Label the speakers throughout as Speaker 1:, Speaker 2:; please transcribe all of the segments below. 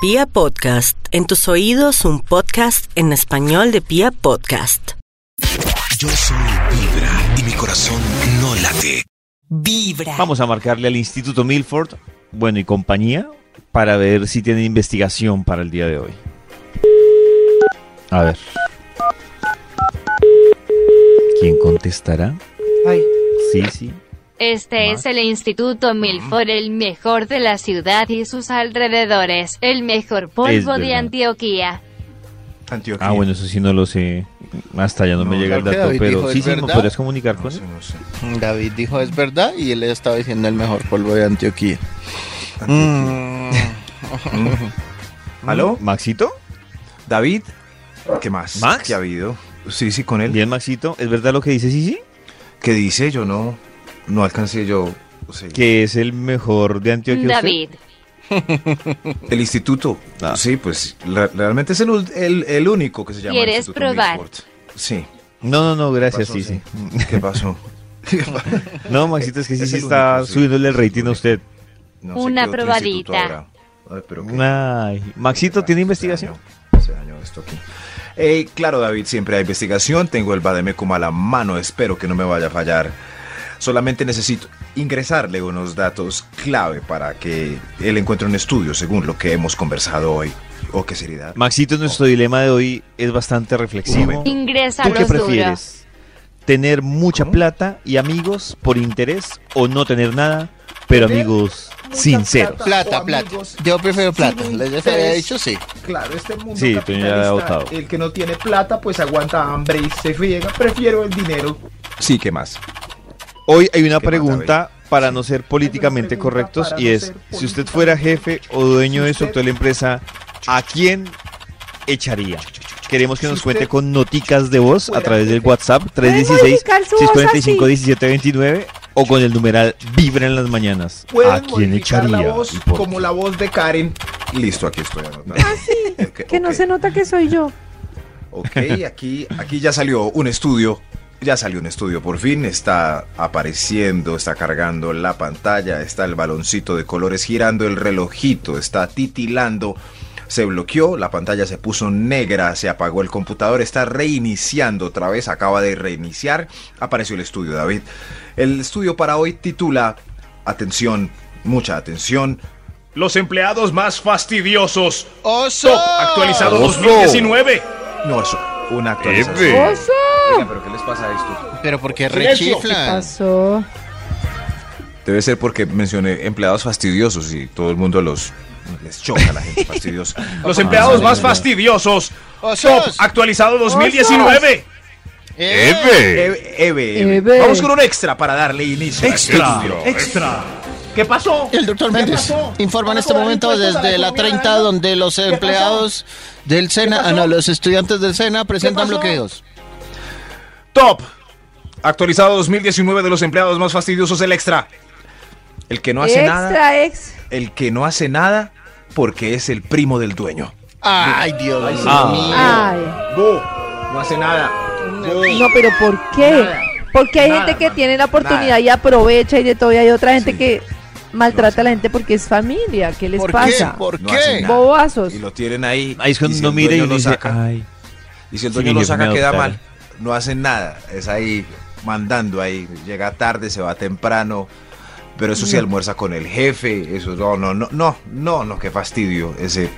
Speaker 1: Pia Podcast, en tus oídos un podcast en español de Pia Podcast.
Speaker 2: Yo soy Vibra y mi corazón no late.
Speaker 3: Vibra.
Speaker 4: Vamos a marcarle al Instituto Milford, bueno, y compañía, para ver si tienen investigación para el día de hoy. A ver. ¿Quién contestará? Sí, sí.
Speaker 5: Este
Speaker 4: Más.
Speaker 5: es el Instituto Milford, el mejor de la ciudad y sus alrededores, el mejor
Speaker 4: Es
Speaker 5: polvo
Speaker 4: verdad.
Speaker 5: de Antioquía.
Speaker 3: Antioquia.
Speaker 4: Ah, bueno, eso sí no lo sé. Hasta ya no, me
Speaker 3: No,
Speaker 4: llega el
Speaker 6: claro que
Speaker 4: dato,
Speaker 6: David
Speaker 4: pero
Speaker 6: dijo,
Speaker 4: sí,
Speaker 6: ¿es
Speaker 4: sí, ¿me
Speaker 6: verdad?
Speaker 4: podrías comunicar
Speaker 3: No
Speaker 4: con
Speaker 3: sé,
Speaker 4: él?
Speaker 3: no sé.
Speaker 6: David dijo es verdad y él estaba diciendo el mejor polvo de Antioquía. Mm.
Speaker 3: ¿Aló?
Speaker 4: ¿Maxito?
Speaker 3: David. ¿Qué más?
Speaker 4: ¿Max?
Speaker 3: ¿Qué ha habido? Sí, sí, con él.
Speaker 4: Bien, Maxito. ¿Es verdad lo que dice Sisi?
Speaker 3: ¿Qué dice? Yo no. No alcancé yo. sí.
Speaker 4: Que es el mejor de Antioquia. usted?
Speaker 5: David,
Speaker 3: El instituto.
Speaker 4: Ah.
Speaker 3: Sí, pues la- realmente es el, ul- el- el único que se llama.
Speaker 5: ¿Quieres
Speaker 3: Instituto
Speaker 5: probar?
Speaker 3: Milford. Sí.
Speaker 4: No, no, no,
Speaker 3: ¿Qué
Speaker 4: gracias,
Speaker 3: pasó?
Speaker 4: Sisi.
Speaker 3: Sí. ¿Qué pasó?
Speaker 4: No, Maxito, es que
Speaker 3: Es
Speaker 4: Sisi
Speaker 3: el
Speaker 4: está
Speaker 3: único, sí.
Speaker 4: subiéndole el rating a usted.
Speaker 3: No sé
Speaker 5: Una
Speaker 3: qué otro instituto
Speaker 5: probadita.
Speaker 3: habrá. A ver, pero qué-
Speaker 4: Ay, Maxito, ¿tiene
Speaker 3: Se
Speaker 7: Este
Speaker 4: investigación?
Speaker 3: dañó, Se dañó esto aquí. Eh, claro, David, siempre hay investigación. Tengo el Bademecum a la mano. Espero que no me vaya a fallar. Solamente necesito ingresarle unos datos clave para que él encuentre un estudio según lo que hemos conversado hoy. ¿O qué seriedad?
Speaker 4: Maxito, nuestro dilema de hoy es bastante reflexivo.
Speaker 3: momento.
Speaker 5: ingresa
Speaker 4: ¿Tú qué
Speaker 5: los duro.
Speaker 4: prefieres? ¿Tener mucha
Speaker 3: ¿Cómo?
Speaker 4: plata y amigos por interés o no tener nada, pero amigos sinceros?
Speaker 6: Plata, plata. Yo prefiero plata. Les ya se había dicho sí.
Speaker 7: Claro, este mundo
Speaker 4: Sí, tú ya has
Speaker 7: capitalista,
Speaker 4: votado.
Speaker 7: el que no tiene plata, pues aguanta hambre y se friega. Prefiero el dinero.
Speaker 3: Sí, ¿qué más?
Speaker 4: Hoy hay una
Speaker 3: ¿Qué más,
Speaker 4: pregunta para
Speaker 7: Sí.
Speaker 4: no ser políticamente
Speaker 7: pregunta
Speaker 4: correctos
Speaker 7: para
Speaker 4: y
Speaker 7: no
Speaker 4: es,
Speaker 7: ser
Speaker 4: si usted fuera jefe o dueño de su
Speaker 7: Si usted-
Speaker 4: actual empresa, ¿a quién echaría? Queremos que
Speaker 7: Si
Speaker 4: nos cuente
Speaker 7: usted
Speaker 4: con noticas de voz a
Speaker 7: fuera
Speaker 4: través del
Speaker 7: jefe.
Speaker 4: WhatsApp 316-645-1729 o con el numeral Vibra en las mañanas.
Speaker 7: Pueden
Speaker 4: ¿A quién
Speaker 7: modificar
Speaker 4: echaría?
Speaker 7: la voz
Speaker 4: y por
Speaker 7: como
Speaker 4: qué?
Speaker 7: la voz de Karen.
Speaker 3: Listo, aquí estoy anotando. Ok,
Speaker 8: Que no
Speaker 3: ok,
Speaker 8: se nota que soy yo.
Speaker 3: Ok, aquí, aquí ya salió un estudio. Ya salió un estudio, por fin está apareciendo, está cargando la pantalla, está el baloncito de colores girando, el relojito está titilando, se bloqueó, la pantalla se puso negra, se apagó el computador, está reiniciando otra vez, acaba de reiniciar, apareció el estudio, David. El estudio para hoy titula, atención, mucha atención,
Speaker 9: Los empleados más fastidiosos.
Speaker 6: ¡Oso!
Speaker 9: Top actualizado
Speaker 4: Oso.
Speaker 9: 2019.
Speaker 3: no es una actualización.
Speaker 4: Epe.
Speaker 8: ¡Oso!
Speaker 3: Oiga, pero ¿qué les pasa a esto?
Speaker 6: Pero porque
Speaker 9: Silencio.
Speaker 6: rechiflan.
Speaker 8: Pasó.
Speaker 3: Debe ser porque mencioné empleados fastidiosos y todo el mundo los les choca a la gente fastidiosa.
Speaker 9: Los empleados
Speaker 6: vale,
Speaker 9: más
Speaker 6: vale.
Speaker 9: fastidiosos. Top
Speaker 6: ¡Osos!
Speaker 9: actualizado 2019.
Speaker 6: ¡Eh!
Speaker 3: Eve, Eve, Eve.
Speaker 8: Eve.
Speaker 3: Vamos con un extra para darle inicio. al estudio.
Speaker 9: extra.
Speaker 7: ¿Qué pasó?
Speaker 6: El doctor
Speaker 7: ¿Qué
Speaker 6: Méndez
Speaker 7: pasó?
Speaker 6: informa en
Speaker 7: ¿Van a
Speaker 6: este
Speaker 7: cobrar
Speaker 6: momento
Speaker 7: impuestos a
Speaker 6: desde la
Speaker 7: economía
Speaker 6: 30
Speaker 7: naranja?
Speaker 6: donde los
Speaker 7: ¿Qué pasó?
Speaker 6: empleados del SENA,
Speaker 7: pasó?
Speaker 6: ah, no, los estudiantes del SENA presentan
Speaker 7: pasó?
Speaker 6: bloqueos.
Speaker 3: Top actualizado 2019 de los empleados más fastidiosos el extra. El que no hace nada,
Speaker 8: Extra, ex.
Speaker 3: el que no hace nada porque es el primo del dueño.
Speaker 6: Ay, Dios mío.
Speaker 8: Ay.
Speaker 7: Go, no hace nada.
Speaker 8: No, pero ¿por qué?
Speaker 7: Nada.
Speaker 8: Porque hay
Speaker 7: Nada,
Speaker 8: gente que
Speaker 7: mano.
Speaker 8: tiene la oportunidad
Speaker 3: Nada.
Speaker 8: y aprovecha y de todo, y hay otra gente que
Speaker 3: No hace
Speaker 8: maltrata a la gente porque es familia. ¿Qué les
Speaker 6: ¿Por qué?
Speaker 8: pasa?
Speaker 6: ¿Por
Speaker 3: No hace
Speaker 6: qué?
Speaker 3: nada.
Speaker 8: Bobazos.
Speaker 3: Y lo tienen ahí.
Speaker 4: Ahí es
Speaker 3: y
Speaker 4: cuando
Speaker 3: si
Speaker 4: uno
Speaker 3: el
Speaker 4: mira y
Speaker 3: dueño
Speaker 4: uno
Speaker 3: lo
Speaker 4: dice,
Speaker 3: saca,
Speaker 4: ay,
Speaker 3: Y si el
Speaker 4: Sí,
Speaker 3: dueño lo
Speaker 4: yo
Speaker 3: saca,
Speaker 4: me
Speaker 3: queda
Speaker 4: adoptaré.
Speaker 3: mal. No hacen nada. Es ahí mandando ahí. Llega tarde, se va temprano. Pero eso sí almuerza con el jefe. Eso no, no, no, no, no, no, qué fastidio. Ese.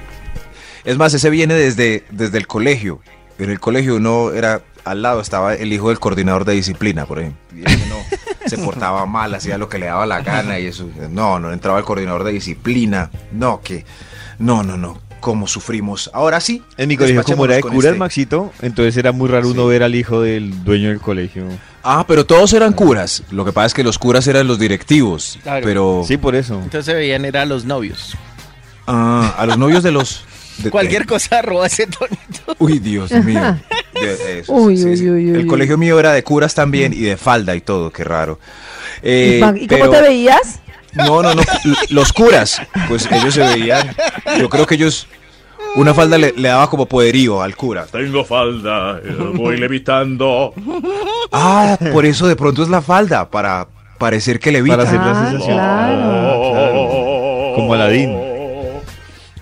Speaker 3: Es más, ese viene desde, desde el colegio. En el colegio uno era. Al lado estaba el hijo del coordinador de disciplina, por ejemplo. Y ese no se portaba mal, hacía lo que le daba la gana y eso. No, no entraba el coordinador de disciplina. No, que. No, no, no. ¿Cómo sufrimos? Ahora sí.
Speaker 4: En mi colegio, como era de
Speaker 3: despachémonos con
Speaker 4: cura el
Speaker 3: este.
Speaker 4: Maxito, entonces era muy raro uno
Speaker 3: Sí.
Speaker 4: ver al hijo del dueño del colegio.
Speaker 3: Ah, pero todos eran curas. Lo que pasa es que los curas eran los directivos.
Speaker 6: Claro.
Speaker 3: Pero
Speaker 4: Sí, por eso.
Speaker 6: Entonces veían era a los novios.
Speaker 3: ah, a los novios de los. de-
Speaker 6: Cualquier cosa roba ese tonito.
Speaker 3: Uy, Dios mío. De- eso,
Speaker 8: Uy,
Speaker 3: sí,
Speaker 8: uy,
Speaker 3: sí.
Speaker 8: uy, uy,
Speaker 3: El
Speaker 8: uy.
Speaker 3: colegio mío era de curas también y de falda y todo, qué raro. Eh,
Speaker 8: ¿Y, pa- y cómo
Speaker 3: pero-
Speaker 8: te veías?
Speaker 3: No, no, no. l- Los curas, pues ellos se veían. Yo creo que ellos. Una falda le, le daba como poderío al cura.
Speaker 9: Tengo falda. eh, Voy levitando.
Speaker 3: Ah, por eso de pronto es la falda, para parecer que le
Speaker 4: Para hacer
Speaker 8: Ah,
Speaker 4: la sensación.
Speaker 8: claro.
Speaker 4: Ah, claro. Como Aladín.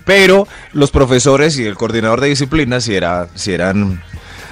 Speaker 3: Pero los profesores y el coordinador de disciplina si, era, si eran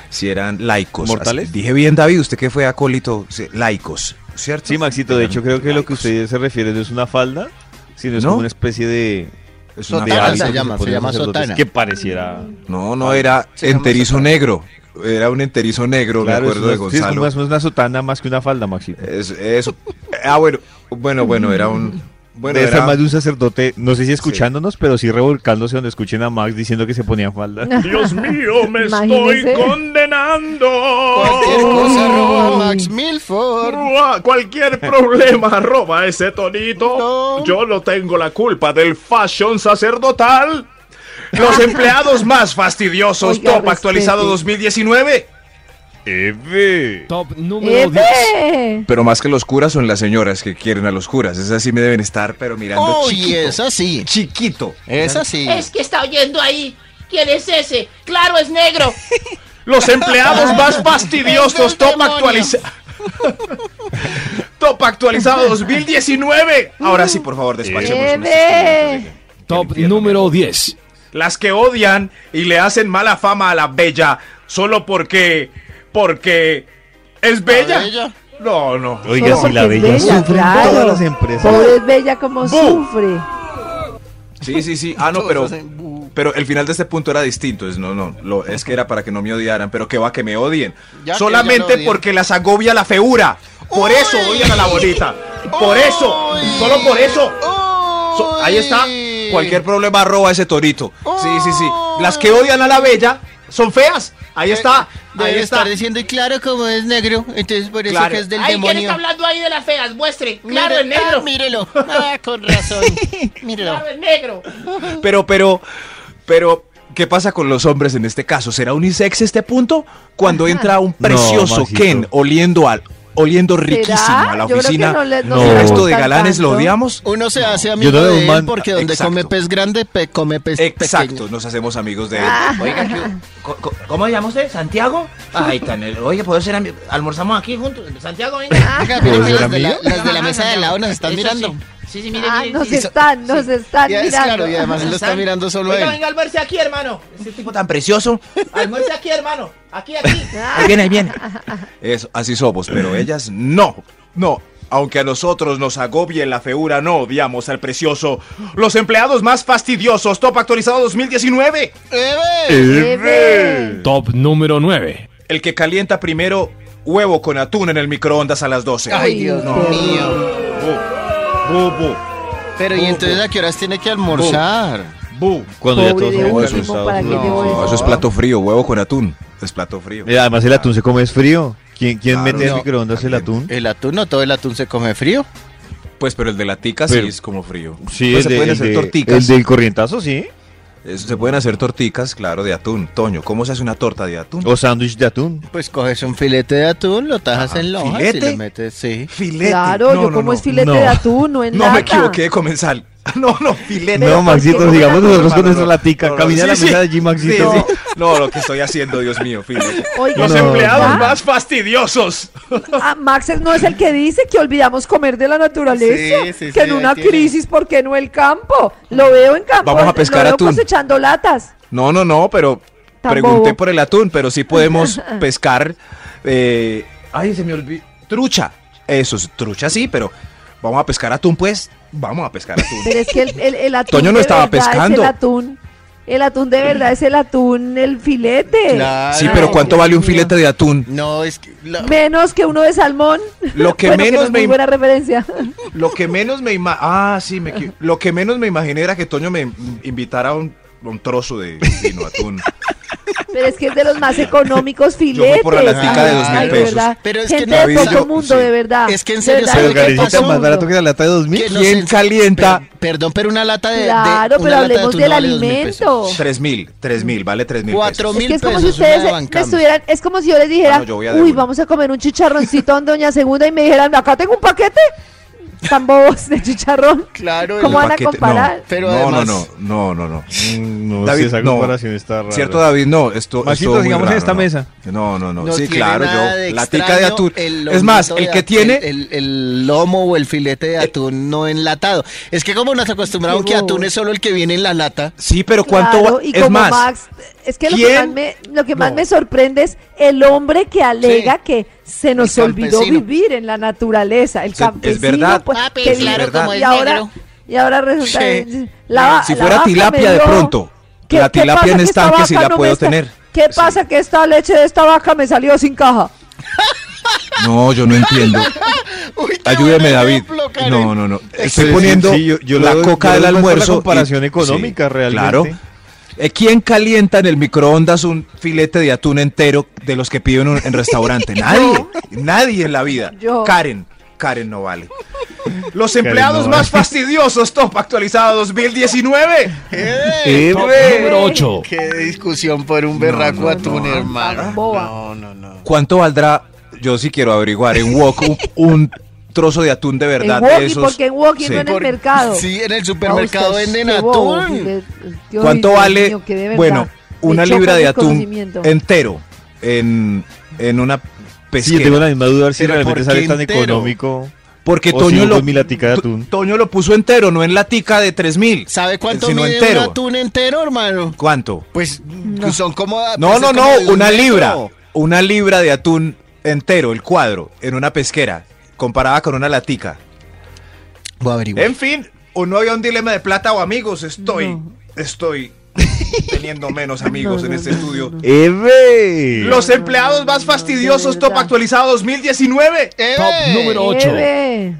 Speaker 3: si eran laicos.
Speaker 10: ¿Mortales?
Speaker 3: Así- dije bien, David, usted que fue acólito, sí, laicos, ¿cierto?
Speaker 10: Sí, Maxito, de hecho creo que lo que usted se refiere no es una falda, sino es
Speaker 3: ¿No?
Speaker 10: como una especie de...
Speaker 3: Es
Speaker 10: de
Speaker 3: una
Speaker 6: Sotana
Speaker 10: hábito
Speaker 6: se
Speaker 10: que
Speaker 6: llama, se
Speaker 10: ponen los
Speaker 6: llama
Speaker 10: sacerdotes
Speaker 6: sotana.
Speaker 10: Que pareciera...
Speaker 3: No, no, era
Speaker 6: Se llama
Speaker 3: enterizo
Speaker 6: sotana.
Speaker 3: negro. Era un enterizo negro,
Speaker 10: Claro,
Speaker 3: me
Speaker 10: es
Speaker 3: acuerdo de
Speaker 10: una- sí, es como
Speaker 3: Gonzalo.
Speaker 10: más- una sotana más que una falda, Maxito.
Speaker 3: Es- eso. Ah, bueno, bueno, bueno, era un... Bueno,
Speaker 10: Debe ser
Speaker 3: era-
Speaker 10: más de un sacerdote, no sé si escuchándonos, pero sí revolcándose donde escuchen a Max diciendo que se ponía falda.
Speaker 4: Dios mío, me
Speaker 8: Imagínese.
Speaker 4: estoy condenando.
Speaker 6: Cualquier
Speaker 4: Oh.
Speaker 6: cosa arroba Max Milford.
Speaker 4: Ua, Cualquier problema, arroba ese tonito.
Speaker 6: No.
Speaker 4: Yo no tengo la culpa del fashion sacerdotal. Los empleados más fastidiosos,
Speaker 8: Oiga,
Speaker 4: top actualizado
Speaker 8: respete.
Speaker 4: 2019. E
Speaker 11: Top número 10.
Speaker 8: ¡Epe!
Speaker 3: Pero más que los curas son las señoras que quieren a los curas. Esas sí me deben estar, pero mirando
Speaker 6: Uy,
Speaker 3: chiquito.
Speaker 6: es así.
Speaker 3: Chiquito.
Speaker 6: Es así.
Speaker 12: que está oyendo ahí. ¿Quién es ese? Claro, es negro.
Speaker 4: Los empleados más
Speaker 6: Es
Speaker 4: fastidiosos,
Speaker 6: el
Speaker 4: top
Speaker 6: demonio.
Speaker 4: actualizado. Top actualizado 2019.
Speaker 3: Ahora sí, por favor, despachemos.
Speaker 8: Eh,
Speaker 3: unos
Speaker 8: ve.
Speaker 3: testimonios de-
Speaker 11: Top
Speaker 3: infierno,
Speaker 11: número 10.
Speaker 4: Las que odian y le hacen mala fama a la bella solo porque. porque. es bella.
Speaker 6: Bella.
Speaker 4: No, no.
Speaker 10: Oiga,
Speaker 8: Solo
Speaker 10: si
Speaker 8: porque
Speaker 10: la
Speaker 8: es
Speaker 10: bella,
Speaker 8: bella,
Speaker 10: sufren
Speaker 8: claro.
Speaker 10: todas las empresas.
Speaker 8: Pobre bella como sufre.
Speaker 3: Sí, sí, sí. Ah, no, pero,
Speaker 6: Todos hacen bu-
Speaker 3: pero el final de este punto era distinto. Es, no, no. lo- es que era para que no me odiaran, pero que va que me odien.
Speaker 6: Ya que ya lo
Speaker 4: Solamente
Speaker 6: odian.
Speaker 4: porque las agobia la feura. Por eso
Speaker 6: Uy.
Speaker 4: odian a la bonita. Por eso.
Speaker 6: Uy.
Speaker 4: Solo por eso. So- ahí está.
Speaker 6: Uy.
Speaker 3: Cualquier problema roba ese torito. Sí, sí, sí. Las que odian a la bella son feas.
Speaker 4: Ahí está. Ahí
Speaker 6: Debe
Speaker 4: está.
Speaker 6: estar diciendo, y claro, como es negro, entonces por eso
Speaker 4: Claro.
Speaker 6: que es del
Speaker 12: Ay, ¿quién
Speaker 6: demonio.
Speaker 12: está hablando ahí de las feas? Muestre.
Speaker 6: Mire-
Speaker 12: Claro, es
Speaker 6: Ah,
Speaker 12: negro.
Speaker 6: mírelo. Ah, con razón. Mírelo.
Speaker 12: Claro, es negro.
Speaker 3: Pero, pero, pero, ¿qué pasa con los hombres en este caso? ¿Será unisex este punto? Cuando entra un precioso
Speaker 10: Maxito.
Speaker 3: Ken oliendo al, oliendo riquísimo
Speaker 8: ¿Será?
Speaker 3: a la
Speaker 8: Yo creo que
Speaker 3: oficina.
Speaker 8: no le-
Speaker 10: no
Speaker 3: ¿El
Speaker 10: le
Speaker 3: resto de
Speaker 8: gustan
Speaker 3: galanes lo
Speaker 8: tanto.
Speaker 3: odiamos?
Speaker 6: Uno se hace
Speaker 10: Yo
Speaker 6: amigo
Speaker 10: no veo
Speaker 6: de
Speaker 10: un
Speaker 6: él
Speaker 10: man-
Speaker 6: porque donde
Speaker 3: Exacto.
Speaker 6: come pez grande, pe- come pez
Speaker 3: Exacto,
Speaker 6: pequeño.
Speaker 3: nos hacemos amigos de él.
Speaker 8: Ah.
Speaker 12: Oiga, ¿cómo se llama usted? ¿Santiago? Ay, tan Oye, ¿puedo ser Almorzamos aquí juntos. Santiago, venga.
Speaker 6: Oiga,
Speaker 10: ¿Puedo ser
Speaker 6: mire, las de la,
Speaker 10: amigo?
Speaker 6: las de la mesa de al lado nos están mirando.
Speaker 12: Ah. Sí, sí,
Speaker 8: Ah,
Speaker 12: mire,
Speaker 8: nos
Speaker 12: mire.
Speaker 8: están, nos están
Speaker 6: Ya, es
Speaker 8: mirando.
Speaker 6: claro, y además él lo está mirando solo a
Speaker 12: Venga,
Speaker 6: él.
Speaker 12: venga, almuerce aquí, hermano. Ese tipo tan
Speaker 3: Precioso.
Speaker 12: Almuerce aquí, hermano. Aquí, aquí.
Speaker 3: Ahí viene, ahí viene. Eso, así somos, pero ellas no. No. Aunque a nosotros nos agobie la feura, no odiamos al precioso. Los empleados más fastidiosos, top actualizado 2019.
Speaker 6: ¡Eh,
Speaker 10: Eh.
Speaker 8: Bebé.
Speaker 11: Top número 9.
Speaker 3: El que calienta primero huevo con atún en el microondas a las 12.
Speaker 6: Ay, Dios mío.
Speaker 3: Bu, bu,
Speaker 6: Pero ¿y entonces a qué horas tiene que almorzar?
Speaker 3: bu.
Speaker 10: Cuando ya
Speaker 8: Pobre
Speaker 10: todos
Speaker 8: de
Speaker 10: somos
Speaker 8: uno,
Speaker 10: asustados.
Speaker 8: ¿para qué
Speaker 10: No.
Speaker 8: te voy a-
Speaker 3: No, eso es plato frío, huevo con atún. Es plato frío.
Speaker 10: Eh, Además el atún se come es frío. ¿Quién, quién
Speaker 3: Claro,
Speaker 10: mete al
Speaker 6: no.
Speaker 10: microondas el atún?
Speaker 6: El atún, no todo el atún se come frío.
Speaker 3: Pues, pero el de la tica sí
Speaker 10: Pero-
Speaker 3: es como frío.
Speaker 10: Sí, el
Speaker 3: Pues se
Speaker 10: de-
Speaker 3: pueden
Speaker 10: el
Speaker 3: hacer
Speaker 10: de-
Speaker 3: torticas.
Speaker 10: El del corrientazo, sí.
Speaker 3: Es- Se pueden hacer torticas, claro, de atún. Toño, ¿cómo se hace una torta de atún?
Speaker 10: O sándwich de atún.
Speaker 6: Pues coges un filete de atún, lo tajas
Speaker 3: Ah,
Speaker 6: en lonjas y
Speaker 3: ¿filete?
Speaker 6: le metes, sí.
Speaker 3: Filete.
Speaker 8: Claro,
Speaker 3: No,
Speaker 8: yo
Speaker 3: no,
Speaker 8: como
Speaker 3: no.
Speaker 8: es filete
Speaker 10: no.
Speaker 8: de atún, no es
Speaker 3: No
Speaker 8: nada.
Speaker 3: me equivoqué de comensal. No, no, filete.
Speaker 10: No, Maxito,
Speaker 8: porque-
Speaker 10: digamos nosotros con
Speaker 3: Hermano,
Speaker 10: nuestra
Speaker 3: no.
Speaker 10: latica.
Speaker 3: No, no,
Speaker 10: Camina a la
Speaker 3: sí, sí.
Speaker 10: mesa de allí, Maxito.
Speaker 3: Sí, sí. No, lo que estoy haciendo, Dios mío, filete.
Speaker 8: Oiga,
Speaker 4: Los
Speaker 10: No,
Speaker 4: empleados
Speaker 8: ¿verdad?
Speaker 4: más fastidiosos.
Speaker 8: Ah, Max no es el que dice que olvidamos comer de la naturaleza.
Speaker 6: Sí, sí,
Speaker 8: que
Speaker 6: sí,
Speaker 8: en una
Speaker 6: ahí tiene.
Speaker 8: crisis, ¿por qué no el campo? Lo veo en campo.
Speaker 3: Vamos a pescar
Speaker 8: lo veo
Speaker 3: atún.
Speaker 8: cosechando latas.
Speaker 3: No, no, no, pero
Speaker 8: Tan
Speaker 3: pregunté
Speaker 8: bobo.
Speaker 3: por el atún, pero sí podemos pescar. eh, ay, se me olvidó. Trucha. Eso es trucha, sí, pero vamos a pescar atún, pues. Vamos a pescar atún.
Speaker 8: Pero es que el, el- el atún.
Speaker 3: Toño no
Speaker 8: de
Speaker 3: estaba
Speaker 8: verdad es
Speaker 3: pescando.
Speaker 8: el atún. El atún de verdad es el atún, el filete.
Speaker 6: Claro.
Speaker 3: Sí, pero ¿cuánto
Speaker 8: Dios
Speaker 3: vale un
Speaker 8: mío.
Speaker 3: filete de atún?
Speaker 6: No, es que... la-
Speaker 8: Menos que uno de salmón.
Speaker 3: Lo que
Speaker 8: Bueno,
Speaker 3: menos
Speaker 8: no es
Speaker 3: me
Speaker 8: muy
Speaker 3: im-
Speaker 8: buena referencia.
Speaker 3: Lo que menos me ima- ah, sí, me equi- lo que menos me imaginé era que Toño me invitara a un, un trozo de vino atún.
Speaker 8: Pero es que es de los más económicos filetes.
Speaker 3: por la latica
Speaker 6: de dos mil
Speaker 8: Ay,
Speaker 3: pesos.
Speaker 8: verdad.
Speaker 6: Pero es que
Speaker 8: Gente
Speaker 3: David,
Speaker 8: de poco
Speaker 3: yo- sí.
Speaker 8: mundo, de verdad.
Speaker 6: Es que en
Speaker 8: De
Speaker 6: serio,
Speaker 8: verdad,
Speaker 6: ¿sabe
Speaker 10: Pero
Speaker 8: de
Speaker 6: qué
Speaker 8: poco
Speaker 10: Karencita,
Speaker 6: pasó?
Speaker 10: más
Speaker 8: mundo.
Speaker 10: barato que la lata de 2000.
Speaker 6: que no
Speaker 3: ¿Quién
Speaker 6: sé-
Speaker 3: calienta?
Speaker 6: per- perdón, pero una lata de... de-
Speaker 8: Claro,
Speaker 6: una
Speaker 8: pero
Speaker 6: lata de
Speaker 8: hablemos
Speaker 6: atún
Speaker 8: del
Speaker 6: no vale dos mil
Speaker 8: alimento.
Speaker 6: pesos.
Speaker 3: Tres mil, tres mil, vale tres mil.
Speaker 6: Oh. Cuatro
Speaker 3: pesos.
Speaker 8: Es
Speaker 6: mil
Speaker 8: que es como si
Speaker 6: pesos, una
Speaker 8: ustedes
Speaker 6: de
Speaker 8: me
Speaker 6: Bancam.
Speaker 8: estuvieran, es como si yo les dijera,
Speaker 3: Ah, no, yo voy a de
Speaker 8: uy,
Speaker 3: una".
Speaker 8: vamos a comer un chicharroncito en Doña Segunda y me dijeran, acá tengo un paquete. tan bobos de chicharrón.
Speaker 6: Claro,
Speaker 8: ¿Cómo
Speaker 3: el
Speaker 8: van a
Speaker 3: paquete-
Speaker 8: comparar?
Speaker 3: No,
Speaker 6: Pero
Speaker 3: no,
Speaker 6: además-
Speaker 3: no, no, no, no.
Speaker 10: Mm, No,
Speaker 3: David,
Speaker 10: si esa
Speaker 3: no.
Speaker 10: comparación está rara.
Speaker 3: Cierto, David, no, esto es
Speaker 10: Maxito, sigamos en esta mesa.
Speaker 3: No, no, no.
Speaker 6: No
Speaker 3: sí,
Speaker 6: tiene
Speaker 3: claro,
Speaker 6: nada
Speaker 3: yo.
Speaker 6: de
Speaker 3: La
Speaker 6: extraño
Speaker 3: tica de atún.
Speaker 6: el
Speaker 3: Es más,
Speaker 6: lomito
Speaker 3: el
Speaker 6: de
Speaker 3: que
Speaker 6: atún,
Speaker 3: tiene. Eh.
Speaker 6: El, el lomo o el filete de atún no enlatado. Es que como nos acostumbraron
Speaker 8: Qué
Speaker 6: que
Speaker 8: bobo.
Speaker 6: atún es solo el que viene en la lata.
Speaker 3: Sí, pero
Speaker 8: Claro,
Speaker 3: ¿cuánto va-
Speaker 8: y
Speaker 3: Es
Speaker 8: como
Speaker 3: más,
Speaker 8: Max, es que lo que,
Speaker 3: ¿quién?
Speaker 8: más me, lo que más
Speaker 3: No.
Speaker 8: me sorprende es el hombre que alega
Speaker 6: Sí.
Speaker 8: que se nos
Speaker 6: El
Speaker 8: olvidó
Speaker 6: campesino.
Speaker 8: vivir en la naturaleza, el
Speaker 3: Sí, es
Speaker 8: campesino.
Speaker 3: verdad.
Speaker 8: pues,
Speaker 12: Papi,
Speaker 8: que
Speaker 3: claro,
Speaker 8: vive-
Speaker 3: como
Speaker 12: es
Speaker 8: y ahora,
Speaker 12: negro.
Speaker 8: y ahora
Speaker 6: Sí.
Speaker 8: resulta que la va-
Speaker 3: si
Speaker 8: la
Speaker 3: fuera
Speaker 8: vaca me
Speaker 3: tilapia de
Speaker 8: dio-
Speaker 3: pronto.
Speaker 8: ¿Qué-
Speaker 3: la
Speaker 8: qué
Speaker 3: tilapia
Speaker 8: pasa
Speaker 3: en
Speaker 8: que esta
Speaker 3: estanque sí
Speaker 8: vaca
Speaker 3: la
Speaker 8: no me
Speaker 3: puedo
Speaker 8: está-
Speaker 3: tener.
Speaker 8: ¿Qué pasa que esta leche de esta vaca me salió sin caja?
Speaker 3: No, yo no entiendo.
Speaker 6: Uy, qué
Speaker 3: Ayúdeme,
Speaker 6: buen
Speaker 3: David.
Speaker 6: ejemplo, Karen.
Speaker 3: No, no, no. Estoy
Speaker 10: sí,
Speaker 3: poniendo
Speaker 10: sí, yo- yo
Speaker 3: la
Speaker 10: lo-
Speaker 3: coca
Speaker 10: yo lo doy por
Speaker 3: del
Speaker 10: la
Speaker 3: almuerzo.
Speaker 10: comparación económica, realmente.
Speaker 3: Claro. Eh, ¿Quién calienta en el microondas un filete de atún entero de los que piden un- en restaurante? Nadie. Nadie en la vida.
Speaker 8: Yo.
Speaker 3: Karen. Karen no vale.
Speaker 4: Los empleados
Speaker 10: Karen, no.
Speaker 4: más fastidiosos, top actualizado 2019.
Speaker 6: ¡Eh!
Speaker 11: Número 8.
Speaker 6: ¡Qué discusión por un berraco atún, hermano!
Speaker 8: tan boba.
Speaker 6: No, no, no.
Speaker 3: ¿Cuánto valdrá? Yo sí quiero averiguar en Wok un, un trozo de atún de verdad.
Speaker 8: en Woki,
Speaker 3: de esos.
Speaker 8: porque en Woki
Speaker 3: Sí.
Speaker 8: no en el
Speaker 6: Por-
Speaker 8: mercado. Ah,
Speaker 6: Sí, en el supermercado
Speaker 8: Usted,
Speaker 6: venden
Speaker 8: qué bobo,
Speaker 6: atún.
Speaker 8: Fidel. Dios
Speaker 3: ¿Cuánto
Speaker 8: mío,
Speaker 3: vale?
Speaker 8: que de verdad,
Speaker 3: bueno,
Speaker 8: me
Speaker 3: una
Speaker 8: choca
Speaker 3: libra
Speaker 8: ese
Speaker 3: de atún
Speaker 8: conocimiento.
Speaker 3: entero en, en una
Speaker 10: Sí, yo tengo
Speaker 3: pesquera.
Speaker 10: la misma duda a ver si
Speaker 6: Pero
Speaker 10: realmente
Speaker 6: ¿por
Speaker 10: sale
Speaker 6: qué
Speaker 10: tan
Speaker 6: entero?
Speaker 10: económico.
Speaker 3: porque
Speaker 10: o
Speaker 3: Toño
Speaker 10: si
Speaker 3: lo,
Speaker 10: con mi latica de
Speaker 3: To-
Speaker 10: atún.
Speaker 3: Toño lo puso entero, no en latica de 3000.
Speaker 6: ¿Sabe cuánto
Speaker 3: sino
Speaker 6: mide
Speaker 3: entero.
Speaker 6: un atún entero, hermano?
Speaker 3: ¿Cuánto?
Speaker 6: Pues son como...
Speaker 3: No,
Speaker 6: pues,
Speaker 3: no,
Speaker 6: es como
Speaker 3: no,
Speaker 6: de un
Speaker 3: una
Speaker 6: metro.
Speaker 3: libra. Una libra de atún entero, el cuadro, en una pesquera, comparada con una latica.
Speaker 6: Voy a averiguar.
Speaker 4: En fin, o no había un dilema de plata o amigos. Estoy,
Speaker 8: No.
Speaker 4: estoy teniendo menos amigos
Speaker 8: No,
Speaker 4: en
Speaker 8: no,
Speaker 4: este
Speaker 8: no,
Speaker 4: estudio.
Speaker 8: no, no.
Speaker 10: ¡Eve!
Speaker 4: Los
Speaker 8: No, no,
Speaker 4: empleados
Speaker 8: no,
Speaker 4: más
Speaker 8: no,
Speaker 4: fastidiosos,
Speaker 8: de
Speaker 4: top
Speaker 8: verdad.
Speaker 4: actualizado 2019.
Speaker 6: ¡Eh!
Speaker 11: Top número 8.
Speaker 8: Eve.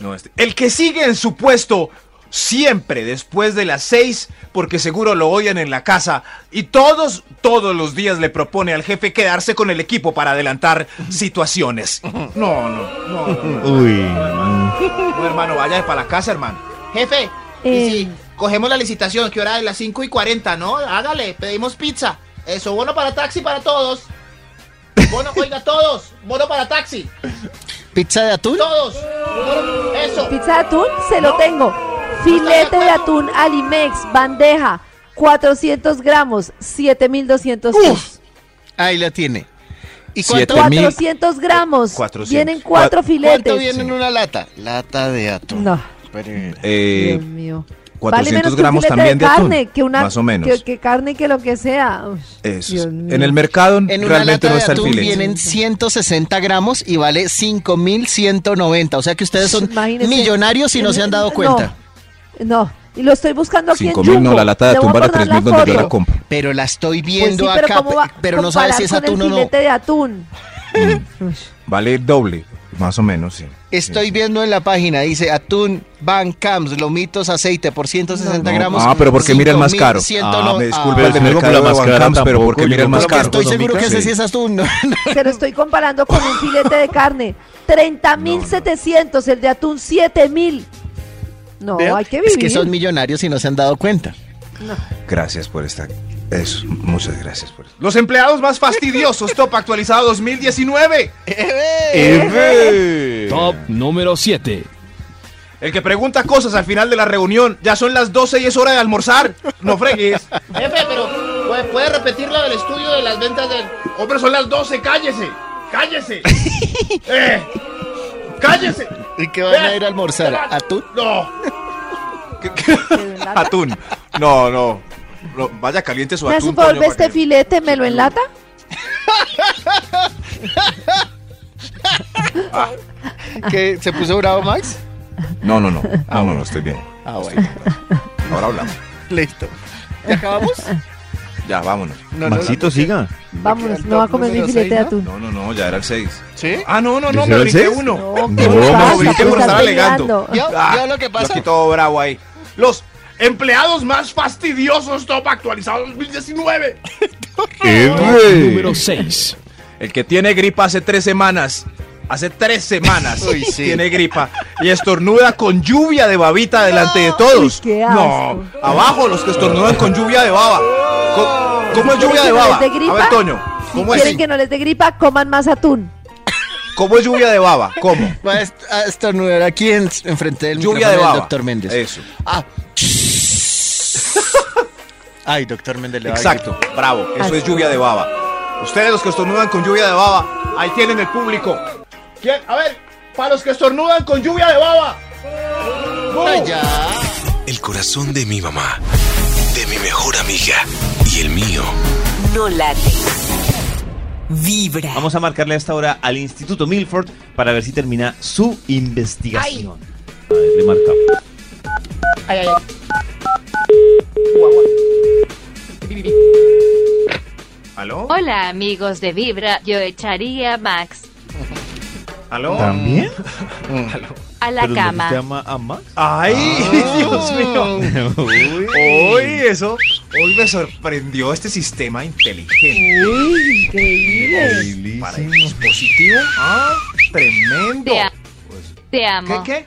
Speaker 3: No, este-
Speaker 4: El que sigue en su puesto siempre después de las seis, porque seguro lo odian en la casa. Y todos, todos los días le propone al jefe quedarse con el equipo para adelantar situaciones. No, no, no, no, no,
Speaker 10: Uy.
Speaker 4: no, hermano, vaya para la casa, hermano.
Speaker 12: Jefe,
Speaker 8: Eh.
Speaker 12: y si cogemos la licitación, que hora es? Las 5 y 40, ¿no? Hágale, pedimos pizza. Eso, bono para taxi para todos. Bono, oiga, todos. Bono para taxi.
Speaker 6: ¿Pizza de atún?
Speaker 12: Todos. Bono- eso.
Speaker 8: Pizza de atún, se lo tengo. Filete de atún Alimex, bandeja, 400 gramos, 7200 pesos.
Speaker 6: Ahí la tiene. ¿Y
Speaker 3: Siete
Speaker 6: cuánto,
Speaker 3: mil.
Speaker 8: 400 gramos.
Speaker 3: 400.
Speaker 8: Vienen cuatro
Speaker 6: cuánto
Speaker 8: filetes.
Speaker 6: viene en una lata? Lata de atún.
Speaker 8: No,
Speaker 6: Pero-
Speaker 3: eh,
Speaker 8: Dios mío. Vale
Speaker 3: 400
Speaker 8: menos que un
Speaker 3: gramos
Speaker 8: filete
Speaker 3: también de, atún.
Speaker 8: carne, que una,
Speaker 3: más o menos.
Speaker 8: Que, que carne que lo que sea. Uf,
Speaker 3: Eso
Speaker 8: Dios
Speaker 3: es.
Speaker 8: mío.
Speaker 3: En el mercado
Speaker 6: En una
Speaker 3: realmente
Speaker 6: lata
Speaker 3: no
Speaker 6: de
Speaker 3: está el
Speaker 6: atún
Speaker 3: filete.
Speaker 6: vienen 160 gramos y vale 5190. O sea que ustedes son
Speaker 8: Imagínese.
Speaker 6: millonarios y no se han dado
Speaker 8: No,
Speaker 6: cuenta.
Speaker 8: No, y lo estoy buscando aquí en
Speaker 3: 5000 no,
Speaker 8: Jumbo.
Speaker 3: la lata de
Speaker 8: Le voy
Speaker 3: atún
Speaker 8: a
Speaker 3: vale
Speaker 8: guardar
Speaker 3: 3000
Speaker 8: la
Speaker 3: donde yo la
Speaker 8: foto.
Speaker 3: compro.
Speaker 6: Pero la estoy
Speaker 8: Pues sí,
Speaker 6: viendo
Speaker 8: pero
Speaker 6: acá.
Speaker 8: ¿cómo va a
Speaker 6: Pero no sabes si es
Speaker 8: comparar con
Speaker 6: atún o
Speaker 8: el
Speaker 6: no.
Speaker 8: filete de atún.
Speaker 3: Mm.
Speaker 8: Uy,
Speaker 3: Vale doble, más o menos, sí.
Speaker 6: Estoy viendo en la página, dice atún, Van Camps, lomitos, aceite por 160
Speaker 3: No,
Speaker 6: gramos.
Speaker 3: ah, pero porque mira el más caro.
Speaker 6: 5.190.
Speaker 3: Ah, me disculpe
Speaker 10: pero
Speaker 3: el
Speaker 10: si no
Speaker 3: mercado
Speaker 10: compra
Speaker 3: de
Speaker 10: más
Speaker 3: Van
Speaker 10: cara
Speaker 3: Camps, pero
Speaker 10: tampoco,
Speaker 3: porque
Speaker 10: yo
Speaker 3: mira el
Speaker 10: compro
Speaker 3: más
Speaker 10: lo que
Speaker 6: Porque
Speaker 3: caro. Pues,
Speaker 6: estoy seguro que ese sí es atún. No, no.
Speaker 8: Se lo estoy comparando con un filete de carne. 30.700, el de atún 7.000. No, hay que vivir.
Speaker 6: Es que son millonarios y no se han dado cuenta.
Speaker 3: Gracias por esta. Eso, muchas gracias por
Speaker 4: Los empleados más fastidiosos, top actualizado 2019. Eh,
Speaker 10: ¡Eve!
Speaker 11: Top número 7.
Speaker 4: El que pregunta cosas al final de la reunión, ya son las 12 y es hora de almorzar. No fregues.
Speaker 12: Jefe, pero ¿puede, puede repetir la del estudio de las ventas del.
Speaker 4: Hombre, son las 12, cállese. Cállese. Eh, cállese.
Speaker 6: ¿Y qué van a ir a almorzar? ¿Atún?
Speaker 4: No.
Speaker 3: Atún. No, no. No, vaya caliente su
Speaker 8: ¿Me hace
Speaker 3: atún.
Speaker 8: un favor,
Speaker 3: coño,
Speaker 8: ve
Speaker 3: para
Speaker 8: este
Speaker 3: que-
Speaker 8: filete, me lo enlata?
Speaker 6: ¿Qué, ¿Se puso bravo Max?
Speaker 3: No, no, no. No, no, no, estoy bien.
Speaker 6: Ah, bueno.
Speaker 3: Ahora hablamos.
Speaker 6: Listo. ¿Ya acabamos?
Speaker 3: Ya, vámonos.
Speaker 6: No, no,
Speaker 10: Maxito, siga.
Speaker 8: Vámonos,
Speaker 6: queda
Speaker 8: no va a
Speaker 6: top
Speaker 8: comer mi
Speaker 6: número
Speaker 8: filete de
Speaker 6: seis, ¿no?
Speaker 8: atún.
Speaker 3: No, no, no, ya era el 6.
Speaker 6: ¿Sí?
Speaker 4: Ah, no, no, no,
Speaker 10: ¿Ese
Speaker 4: me
Speaker 10: era el
Speaker 4: brinqué
Speaker 10: seis?
Speaker 4: uno.
Speaker 8: No,
Speaker 10: No,
Speaker 8: me
Speaker 10: me
Speaker 8: pasa?
Speaker 10: ubiqué
Speaker 8: ¿Qué
Speaker 4: por
Speaker 8: estás
Speaker 4: estar alegando.
Speaker 8: peleando?
Speaker 6: ¿Yo? ¿Yo lo que pasa?
Speaker 3: Aquí todo Ah, bravo ahí.
Speaker 4: Los empleados más fastidiosos, top actualizado 2019.
Speaker 11: Número 6.
Speaker 3: El que tiene gripa hace tres semanas. Hace tres semanas
Speaker 6: Uy, sí.
Speaker 3: tiene gripa y estornuda con lluvia de babita delante de
Speaker 8: Uy,
Speaker 3: todos.
Speaker 8: qué
Speaker 3: no,
Speaker 8: asco.
Speaker 3: abajo los que estornudan con lluvia de baba. Co- ¿Cómo, es
Speaker 8: ¿Quieren
Speaker 3: lluvia
Speaker 8: que
Speaker 3: de
Speaker 8: no
Speaker 3: baba?
Speaker 8: les dé gripa?
Speaker 3: A ver, Toño,
Speaker 8: Si
Speaker 3: ¿cómo
Speaker 8: quieren
Speaker 3: es?
Speaker 8: que no les dé gripa, coman más atún.
Speaker 3: ¿Cómo es lluvia de baba? ¿Cómo?
Speaker 6: Va a est- a estornudar aquí en, enfrente del
Speaker 3: Lluvia
Speaker 6: micrófono
Speaker 3: de
Speaker 6: del
Speaker 3: baba.
Speaker 6: doctor Méndez.
Speaker 3: Eso.
Speaker 6: Ah. Ay, doctor Méndez le va a
Speaker 3: Exacto. Bravo. Eso es lluvia de baba. Ustedes los que estornudan con lluvia de baba, ahí tienen el público.
Speaker 12: ¿Quién? A ver, para los que estornudan con lluvia de baba.
Speaker 6: gritar. Ay, ya.
Speaker 2: El corazón de mi mamá, de mi mejor amiga y el mío.
Speaker 1: No late. Vibra.
Speaker 10: Vamos a marcarle hasta ahora al Instituto Milford para ver si termina su investigación. A ver, le marcamos.
Speaker 12: Ay, ay, ay.
Speaker 3: ¿Aló?
Speaker 5: Hola amigos de Vibra, yo echaría a Max
Speaker 3: ¿Aló?
Speaker 10: ¿También?
Speaker 5: a la
Speaker 10: ¿Pero no
Speaker 5: cama.
Speaker 10: se llama a Max?
Speaker 3: ¡Ay, Dios mío!
Speaker 10: Uy.
Speaker 3: Hoy eso, hoy me sorprendió este sistema inteligente.
Speaker 8: Uy, increíble.
Speaker 3: Para el dispositivo, ah, tremendo.
Speaker 5: Te, a- te
Speaker 3: ¿Qué,
Speaker 5: amo,
Speaker 3: qué?